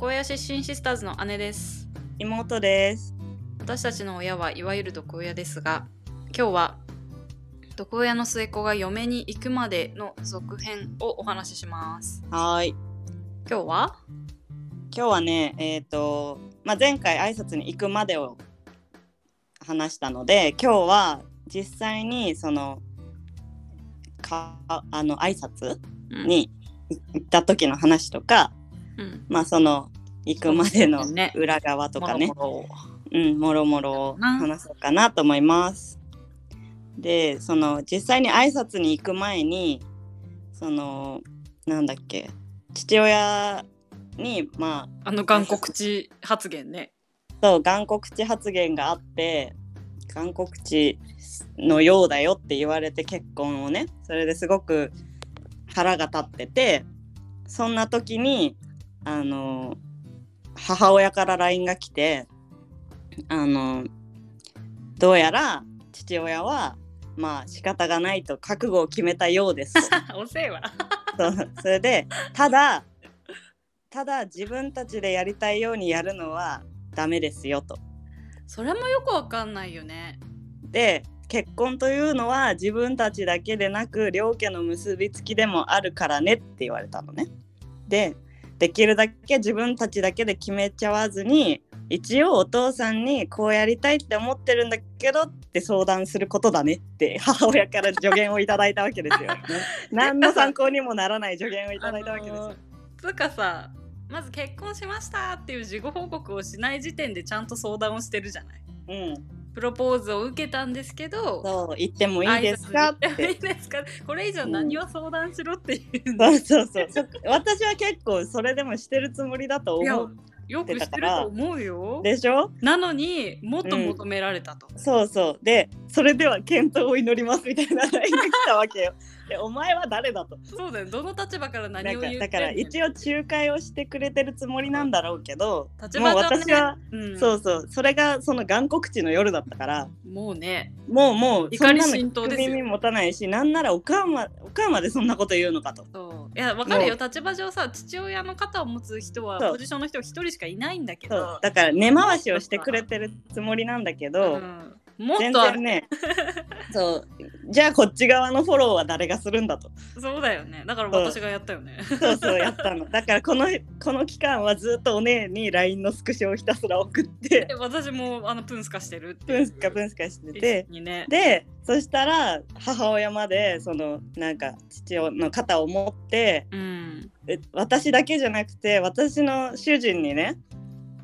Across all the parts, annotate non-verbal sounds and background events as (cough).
林新シスターズの姉です妹です。私たちの親はいわゆる毒親ですが今日は毒親の末っ子が嫁に行くまでの続編をお話ししますはーい。今日は今日はね、えっ、と、まあ、前回挨拶に行くまでを話したので、今日は実際にそのかあの挨拶うんに行った時の話とか、うんまあその行くまでのそうね裏側とかねも、ろもろうん、もろもろを話そうかなと思います。で、その実際に挨拶に行く前に、そのなんだっけ、父親にまああの韓国地発言ねそう頑固口発言があって頑固口のようだよって言われて結婚をねそれですごく腹が立っててそんな時にあの母親から LINE が来てあのどうやら父親はまあ仕方がないと覚悟を決めたようです (laughs) と。おせえわそうそれでただただ自分たちでやりたいようにやるのはダメですよと。それもよくわかんないよねで結婚というのは自分たちだけでなく両家の結びつきでもあるからねって言われたのね。でできるだけ自分たちだけで決めちゃわずに一応お父さんにこうやりたいって思ってるんだけどって相談することだねって (laughs) 母親から助言をいただいたわけ (laughs) ですよ。ね何の参考にもならない助言をいただいたわけですよ。つうかさまず結婚しましたっていう事後報告をしない時点でちゃんと相談をしてるじゃないうん、プロポーズを受けたんですけどそう言ってもいいですかっ挨拶に行 (laughs) っててもいいですかこれ以上何を相談しろっていうの、そうそうそう (laughs) そ私は結構それでもしてるつもりだといや思うよくしてると思うよでしょなのにもっと求められたと、そうそうでそれでは検討を祈りますみたいな LINE が来たわ (laughs) けよでお前は誰だとそうだよどの立場からな何んを言っかてんねだから一応仲介をしてくれてるつもりなんだろうけど立も場う上ね私は、うん、そうそうそれがその眼国地の夜だったからもうねもうもう怒りそんなの浸透ですよ聞く耳持たないしなんならお母まお母までそんなこと言うのかとそういやわかるよ立場上さ父親の肩を持つ人はそうポジションの人一人しかいないんだけそどうだから根回しをしてくれてるつもりなんだけうど、んもっ全とあ然ねそうじゃあこっち側のフォローは誰がするんだとそうだよねだからそう私がやったよねそうそうやったのだからこのこの期間はずっとお姉に LINE のスクショをひたすら送って (laughs) で (laughs) 私もあのプンスカしてるってプンスカプンスカしてでてにねでそしたら母親までそのなんか父親の肩を持ってうんえ私だけじゃなくて私の主人にね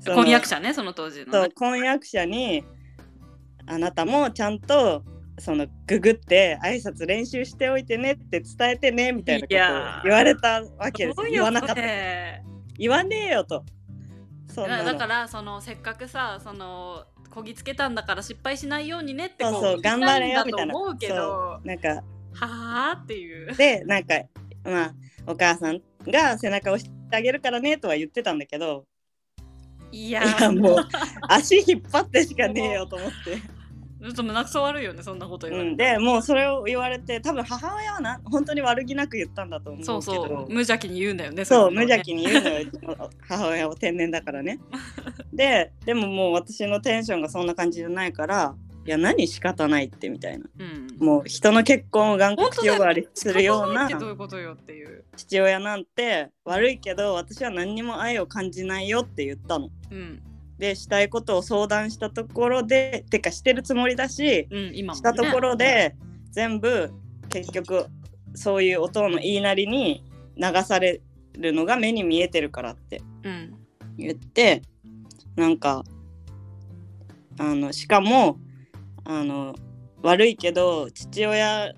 その婚約者ねその当時のそねう婚約者にあなたもちゃんとそのググって挨拶練習しておいてねって伝えてねみたいなこといをやー言われたわけですどうよいう言わなかったこれ言わねえよとそんなだのだからそのせっかくさそのこぎつけたんだから失敗しないようにねってこそうそう言頑い張いれんよだみたいなと思うけどはなんかあっていうでなんかまあお母さんが背中を押してあげるからねとは言ってたんだけどいやいやもう足引っ張ってしかねえよと思って。ちょっと胸くそ悪いよねそんなこと言わうれん、て、でもうそれを言われて多分母親はな本当に悪気なく言ったんだと思うけそどうそう無邪気に言うんだよねそうい無のね邪気に言うのよ母親は天然だからね。ででももう私のテンションがそんな感じじゃないから「いや何仕方ないって」みたいなうんもう人の結婚を頑固呼ばわりするよう仕方いなってどういうことよっていう父親なんて悪いけど私は何にも愛を感じないよって言ったの。うんでしたいことを相談したところでてかしてるつもりだしうん今もねしたところで全部結局そういうお父の言いなりに流されるのが目に見えてるからってうん言ってなんかあのしかもあの悪いけど父親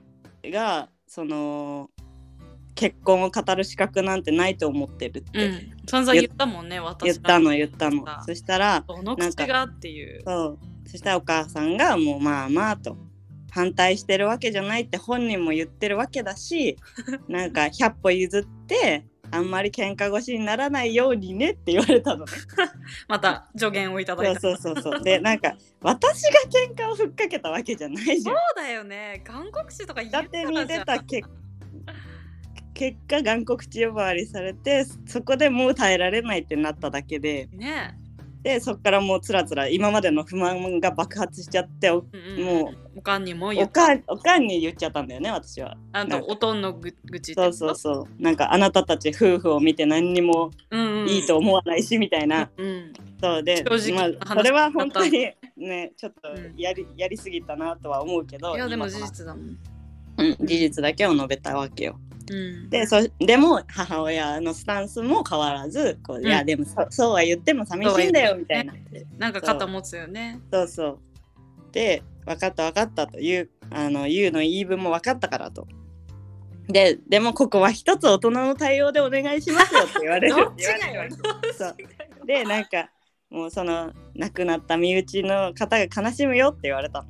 がその結婚を語る資格なんてないと思ってるっうてん散々言ったもんね私言ったの言ったなのんかそしたらどの口がっていうそうそしたらお母さんがもうまあまあと反対してるわけじゃないって本人も言ってるわけ (laughs) だしなんか100歩譲ってあんまり喧嘩腰にならないようにねって言われたのまた助言をいただいそたうそうそうそうでなんか私が喧嘩をふっかけた (laughs) わけじゃないじゃんそうだよね。韓国史とか言だって見てた結結果眼黒地呼ばわりされてそこでもう耐えられないってなっただけでねでそこからもうつらつら今までの不満が爆発しちゃっておえ、うんうん、もうおかんにも言おったかんおかんに言っちゃったんだよね私は。あなんとかおとんのぐ愚痴ってそこうとそうそうなんかあなたたち夫婦を見て何にもうんうん、いいと思わないしみたいな、うんうんそうで、正直なまあ、話それは本だ当ったにねちょっとうんやり,、やりすぎたなとは思うけどいやでも事今は実だもん。うん事実だけを述べたわけよ。うん、でそでも母親のスタンスも変わらずこう、んいやでもそそうは言っても寂しいんだよみたいな。なんか肩持つよね。そうそうで分かった分かったというあの言うの言い分も分かったからと。ででもここは一つ大人の対応でお願いしますよって言われ (laughs) る。どっち (laughs) がよ。そうでなんかもうその亡くなった身内の方が悲しむよって言われたの。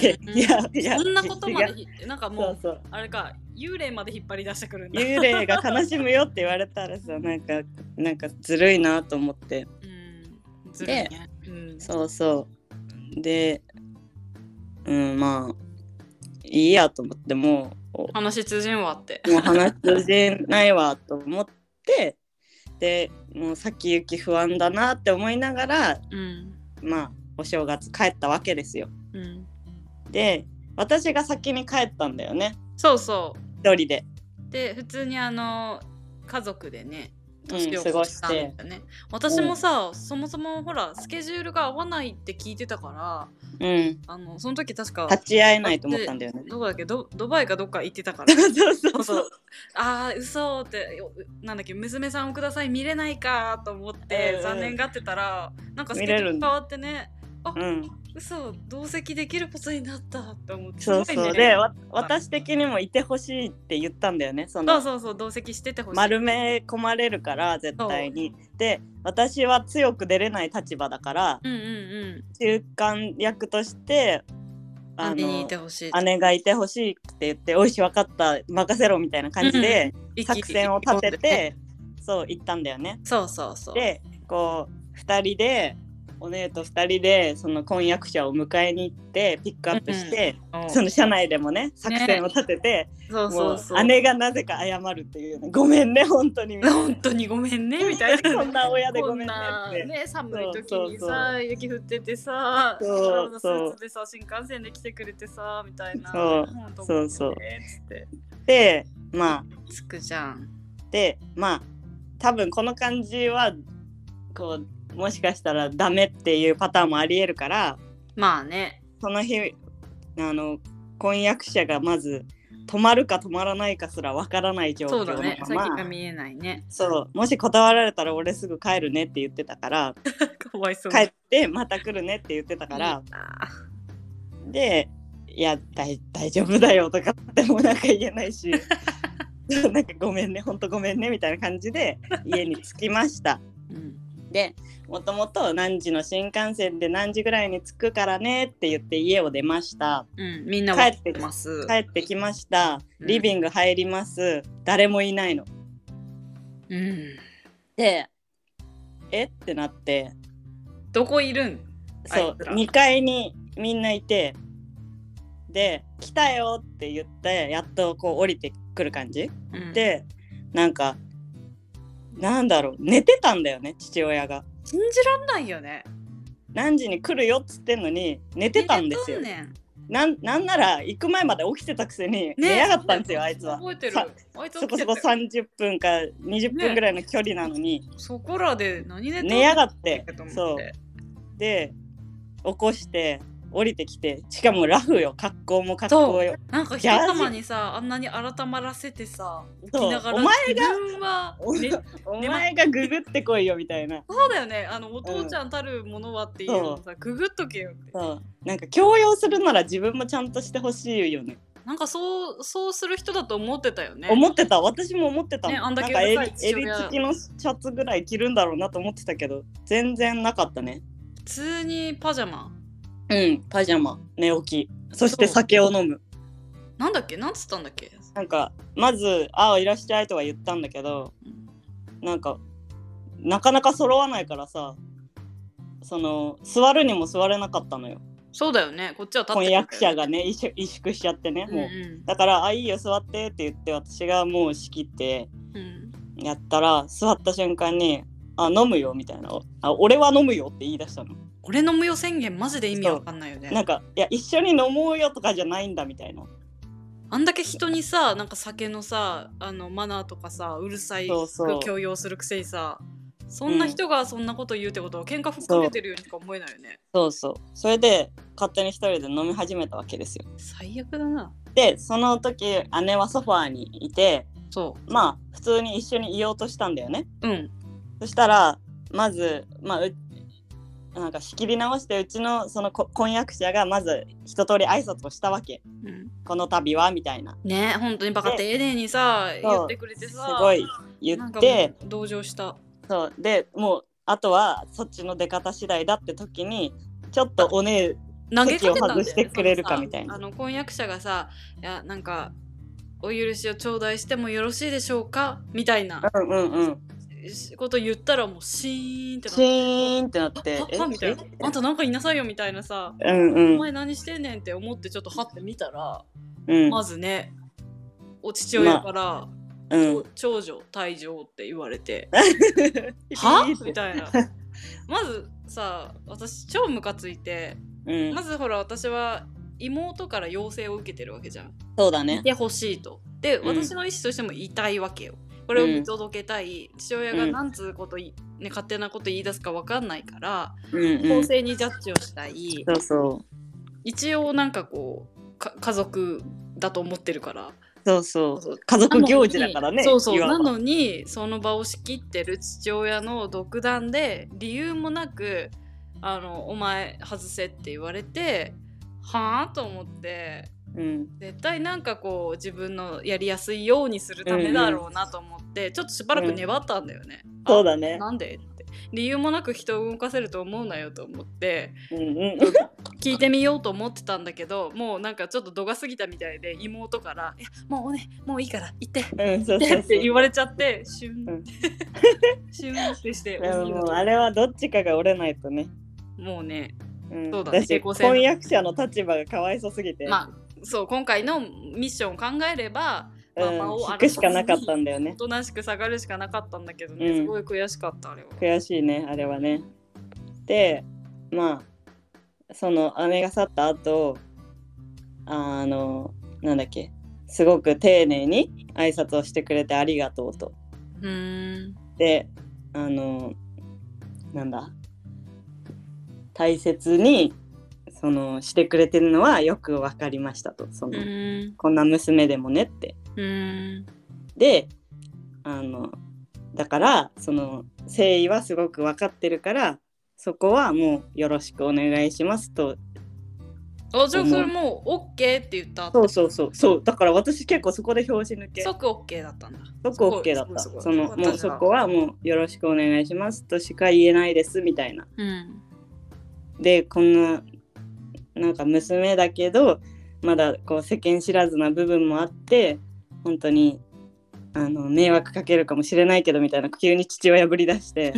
でうんいやいやそんなことま違でうひなんかそもううそうあれか幽霊まで引っ張り出してくるんだ。幽霊が悲しむよって言われたらさなんかなんかずるいなと思ってうん、ずるいね。うん、そうそうでうんまあいいやと思ってもう話通じんわって。もう話通じないわと思ってでもう先行き不安だなって思いながらうんまあお正月帰ったわけですよ。うん、で私が先に帰ったんだよねそうそう。一人で、で普通にあの家族でねうん、年を過ご越ししたんだよてね、私もさ、そもそもほらスケジュールが合わないって聞いてたからうんあのその時確か立ち会えないと思ったんだよね。どこだっけどドバイかどっか行ってたから (laughs) そうそそううそそううあー嘘ってよなんだっけ娘さんをください見れないかと思って、うんうん残念がってたらなんかスケジ見ュれールる変んだわってねうん、嘘同席できることになったと思ってそうすごいそうねでわ私的にもいてほしいって言ったんだよねそそうのそうそう同席しててほしい丸め込まれるから絶対に。で私は強く出れない立場だからうんうんうん中間役としてあ姉にいのてほしい姉がいてほしいって言って「おいし分かった任せろ」みたいな感じで作戦を立てて、そう言ったんだよね。そうそうそう。でこう2人でお姉と2人でその婚約者を迎えに行ってピックアップして、うんその車内でもね作戦を立てて、そうもそううそう。姉がなぜか謝るっていうねごめんね本 (laughs) 当にみたいな本当にごめんねみたいな。そんな親でごめんねこっんてなね寒い時にさそうそう雪降っててさそうスーツでさ新幹線で来てくれてさみたいなそう本当そうそうごめんねっつってでまあつくじゃんでまあ多分この感じはこうもしかしたらダメっていうパターンもありえるからまあねその日あの婚約者がまず止まるか止まらないかすらわからない状そ況うだのねま先まが見えないねそうもし断られたら俺すぐ帰るねって言ってたからかわいそう帰ってまた来るねって言ってたから、でいや大大丈夫だよとかってもなんか言えな (laughs) いしなんかごめんねほんとごめんねみたいな感じで家に着きました。うんでもともと何時の新幹線で何時ぐらいに着くからねって言って家を出ましたうんみんな分かってます帰ってきましたうんリビング入ります、誰もいないのうんでえってなってどこいるんそあいつらう2階にみんないてで来たよって言ってやっとこう降りてくる感じうんでなんかなんだろう寝てたんだよね父親が信じらんないよね何時に来るよっつってんのに寝てたんですよ寝とねんなんなんなら行く前まで起きてたくせに寝やがったんですよ、あいつは。覚えてるさあいつ起そきこてそたこよ30分か20分ぐらいの距離なのに、そこらで何寝寝やがってと思そうで起こして降りてきてしかもラフよ格好も格好よなんかジ人ャージ様にさあんなに改まらせてさ起きそうながらお前自分はおねお前がググってこいよみたいなそうだよねあのお父ちゃんたるものはっていうのをさググっとけよってそうなんか強要するなら自分もちゃんとしてほしいよねなんかそうそうする人だと思ってたよね思ってた私も思ってたもねあんだなけんうか襟るさい父襟親付きのシャツぐらい着るんだろうなと思ってたけど全然なかったね普通にパジャマうんパジャマ寝起きそしてそう酒を飲むなんだっけなんつったんだっけなんかまず「ああいらっしゃい」とは言ったんだけどなんかなかなか揃わないからさその座るにも座れなかったのよそうだよねこっちは立って婚くれ約者たがよね萎縮萎縮しちゃってねもう、うんだから「あいいよ座って」って言って私がもう仕切ってうんうんやったら座った瞬間に「あ飲むよ」みたいな「あ俺は飲むよ」って言い出したの俺の無用宣言マジで意味わかんないよねなんか「いや一緒に飲もうよ」とかじゃないんだみたいなあんだけ人にさなんか酒のさあのマナーとかさうるさいそうそう強要するくせにさそんな人がそんなこと言うってことは喧嘩吹っかけてるようにしか思えないよねそうそうそれで勝手に一人で飲み始めたわけですよ最悪だなでその時姉はソファーにいてそまあ普通に一緒にいようとしたんだよねううんそしたらまずまあうなんか仕切り直してうちのそのこ婚約者がまず一通り挨拶をしたわけうんこの度はみたいなね本当にバカで丁寧にさそう言ってくれてすさごい言なんっかてもう同情したそうでもうあとはそっちの出方次第だって時にちょっとお姉投げかけたんだよね席を外してくれるかみたいなそのさあの婚約者がさいやなんかお許しを頂戴してもよろしいでしょうかみたいなうんうんうんこと言ったらもうシーンってなっシてーンってなってははみたいなえあんたなんか言いなさいよみたいなさうんうおん前何してんねんって思ってちょっとはって見たら、うんまずねお父親から、うん長女退場って言われてははみた (laughs) (laughs) いなまずさ私超ムカついてうんまずほら私は妹から要請を受けてるわけじゃん。そうだねでほしいと。でうん私の意思としても言いたいわけよ。これを見届けたい、父親がなんつうことい、ね、勝手なこと言い出すかわかんないからうんう公んそ正にジャッジをしたい、うそう一応なんかこうか家族だと思ってるからそうそうそう家族行事だからねそうそういわばなのにその場を仕切ってる父親の独断で理由もなく「あのお前外せ」って言われてはあと思ってうん絶対なんかこう自分のやりやすいようにするためだろうなと思って、ちょっとしばらく粘ったんだよね。あそうだねなんでって理由もなく人を動かせると思うなよと思ってうんうん聞いてみようと思ってたんだけどもうなんかちょっと度が過ぎたみたいで妹から「いやもうおねもういいから (laughs) 行って」 (laughs) うんそうそうそうって言われちゃってシュン、うん (laughs) シュンって (laughs) してでももうもあれはどっちかが折れないとね、もうねうん、そうだねし平行線婚約者の立場がかわいそすぎて、まあそう今回のミッションを考えれば、まあうん間を引荒くらしさずかになかったんだ (laughs) よおねとなしく下がるしかなかったんだけどね、うんすごい悔しかったあれは。悔しいねあれはねでまあその姉が去った後あのなんだっけすごく丁寧に挨拶をしてくれてありがとうとうーんであのなんだ大切にそのしてくれてるのはよく分かりましたとその、うんこんな娘でもねってうんであのだからその誠意はすごく分かってるからそこはもうよろしくお願いしますとあじゃあそれもう OK って言ったそうそうそうそうだから私結構そこで拍子抜けそ即 OK だったんだ。こ OK だったすごいそよかのったもうそこはもうよろしくお願いしますとしか言えないですみたいな (laughs) うんでこんななんか娘だけどまだこう世間知らずな部分もあって本当にあの迷惑かけるかもしれないけどみたいな急に父親ぶり出して。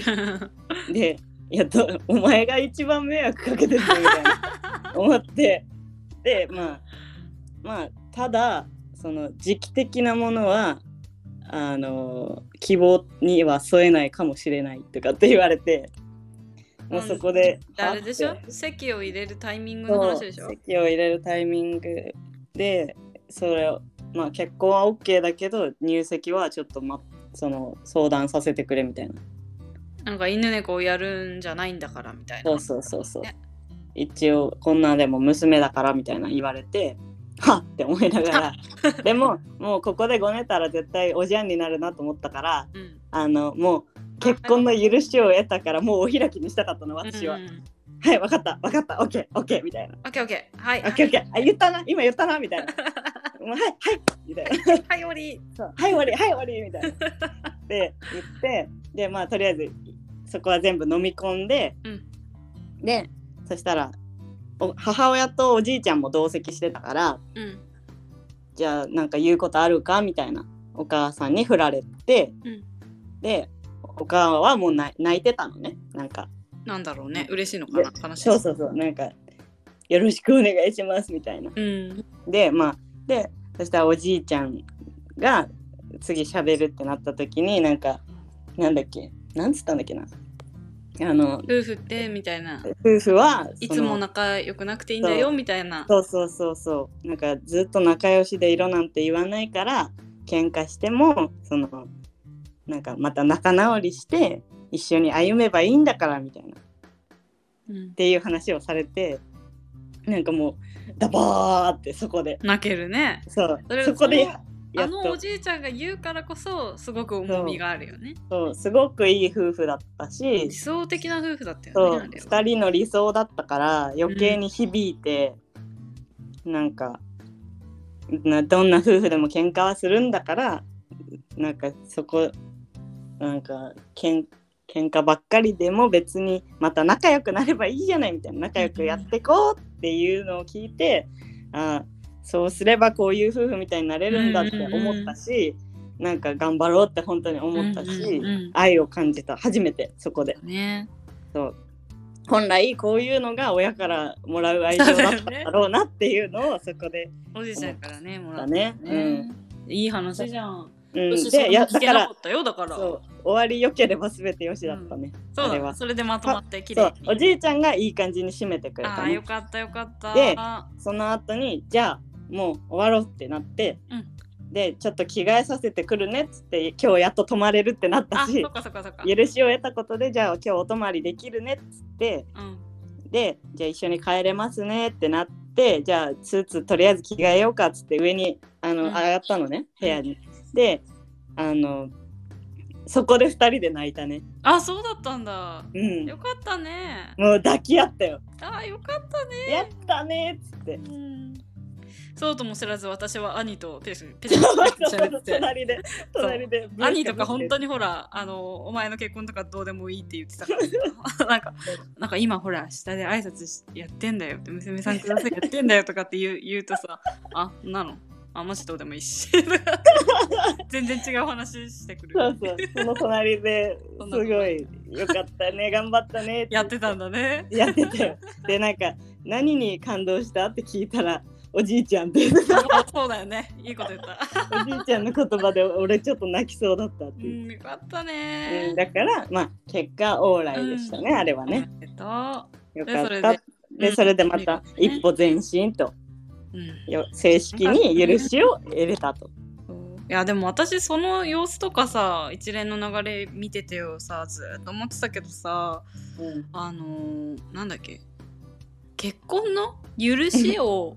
で「いやどお前が一番迷惑かけてる」みたい (laughs) な思ってでまあまあただその時期的なものはあの希望には添えないかもしれないとかって言われてもうそこでうんあれでしはょって席を入れるタイミングのそう話でしょ籍を入れるタイミングでそれをまあ結婚は OK だけど入籍はちょっと、ま、その相談させてくれみたいななんか犬猫をやるんじゃないんだからみたいな。そうそうそうそうね。一応こんなでも娘だからみたいな言われて、はっって思いな (laughs) がら、でももうここでごねたら絶対おじゃんになるなと思ったから、うんあのもう結婚の許しを得たからもうお開きにしたかったの私は。うんうんはい分かった分かったオッケーオッケーみたいな。オッケーオッケーはいオッケーオッケーあ言ったな今言ったなみたいな。もうはいはいみたいな。 (laughs) はいおりそうはい終わりはい終わり (laughs) みたいな。で言ってでまあとりあえずそこは全部飲み込んで、うんでそしたらお母親とおじいちゃんも同席してたからうんじゃあなんか言うことあるかみたいなお母さんに振られてうんでお母はもう泣い泣いてたのねなんかなんだろうね嬉しいのかな悲しいそうそうそうなんかよろしくお願いしますみたいな。うんでまあでそしたらおじいちゃんが次喋るってなった時になんかなんだっけなんつったんだっけなあの夫婦ってみたいな夫婦はいいつも仲良くなくていいんだよみたいなそうそうそうそうなんかずっと仲良しで色なんて言わないから喧嘩してもそのなんかまた仲直りして一緒に歩めばいいんだからみたいなっうんていう話をされてなんかもうダバーってそこで泣けるねそうそれそこでそややあっのとおじいちゃんが言うからこそすごく重みがあるよねそうすごくいい夫婦だったし理想的な夫婦だったそようねあれは2人の理想だったから余計に響いて、なんかなどんな夫婦でも喧嘩はするんだからなんかそこなんかけん喧嘩ばっかりでも別にまた仲良くなればいいじゃないみたいな仲良くやってこうっていうのを聞いて、ああそうすればこういう夫婦みたいになれるんだって思ったし、なんか頑張ろうって本当に思ったし、うんうんうん愛を感じた初めてそこで。ねそう本来こういうのが親からもらう愛情だったん (laughs) だろうなっていうのをそこで、おじいちゃんからねもらだったね。うんいい話じゃんうん、私それでもいや聞だけかならかったよだからそう終わりよければ全てよしだったね。そうあだれねはそれでまとまってきれそういにおじいちゃんがいい感じに締めてくれあたあよね。かったよかったであその後にじゃあもう終わろうってなって、うんでちょっと着替えさせてくるねっつって今日やっと泊まれるってなったあしそっかそっかそっか許しを得たことでじゃあ今日お泊まりできるねっつってうんでじゃあ一緒に帰れますねってなってじゃあスーツとりあえず着替えようかっつって上にあの、うん上がったのね部屋に。であのそこで2人で泣いたね。あそうだったんだうん、よかったねもう抱き合ったよ。あよかったねやったねっつって。うんそうとも知らず私は兄とペシペシペシペシ喋って隣で隣で兄とか本当ににほらあのお前の結婚とかどうでもいいって言ってたから (laughs) なんかなんか今ほら下で挨拶しやってんだよって娘さんくださいやってんだよとかって (laughs) 言う言うとさあなのあマジどうでもいいし全然違う話してくるそうそうその隣でそんすなこごとないいよかったね頑張ったねってやってたんだねやってたよ。でなんか何に感動したって聞いたらおじいちゃんって言ってたあそうだよねいいこと言った (laughs) おじいちゃんの言葉で俺ちょっと泣きそうだったっうていう。んよかったうねん、だからまあ結果オーライでしたね、あれはね。えっとよでかそっれた。ででそれでまたうん一歩前進と、うんよ正式に許しを得れたと。いやでも私その様子とかさ一連の流れ見ててよさずっと思ってたけどさうんあのーなんだっけ結婚の許しを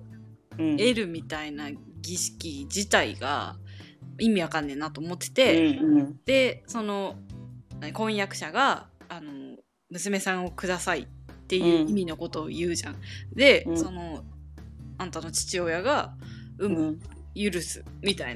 うん得るみたいな儀式自体が意味わかんねえなと思ってうて、んでその何婚約者が、あのー娘さんをくださいっていう意味のことを言うじゃん。で、うんそのあんたの父親がう産むん許すみたい (laughs)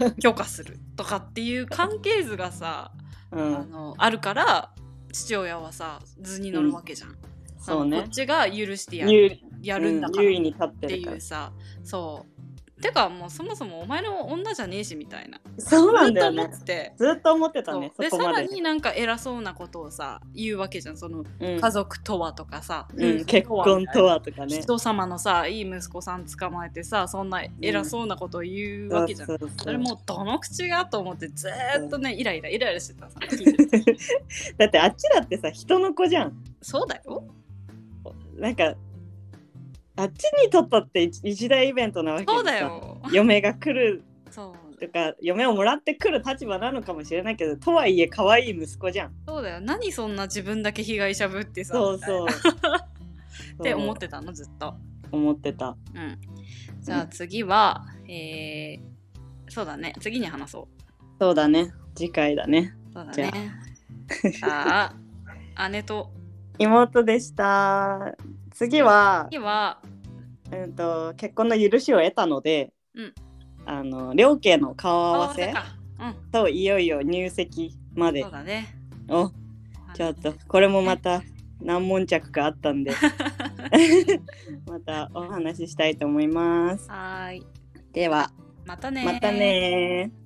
な許可するとかっていう関係図がさ、うあん、のあるから父親はさ図に乗るわけじゃん、そうあのこねっ。ちが許してや優やうるんだんから優位っに立っててるいからう。さそうてかもうそもそもお前の女じゃねえしみたいなそうなんだよずっねと思っ。てて。ずっと思ってたねそうでそこさまらで。になんか偉そうなことをさ言うわけじゃんそのうん家族とはとかさ、うん、結婚とはとかね。人様のさいい息子さん捕まえてさそんな偉そうなことを言うわけじゃん、そうそうそそうれもうどの口がと思ってずーっとねイライライライラしてたさ聞 (laughs) いてて (laughs) だってあっちだってさ人の子じゃん。そうだよなんかあっちにとったって一一大イベントなわけでさそうだよ嫁が来るそうとか嫁をもらってくる立場なのかもしれないけどとはいえ可愛い息子じゃんそうだよ何そんな自分だけ被害者ぶってさそうみたいなそ (laughs) うっそてう思ってたのずっと、思ってたうん、じゃあ次は、えー、そうだね次に話そうそうだね次回だねそうだねじゃあ姉と妹でした次は、次はうん、と結婚の許しを得たので、うんあの両家の顔合わせかうんといよいよ入籍までそうだねをちょっとこれもまた難問着があったんで (laughs) またお話ししたいと思います。はーいではまたねーまたねー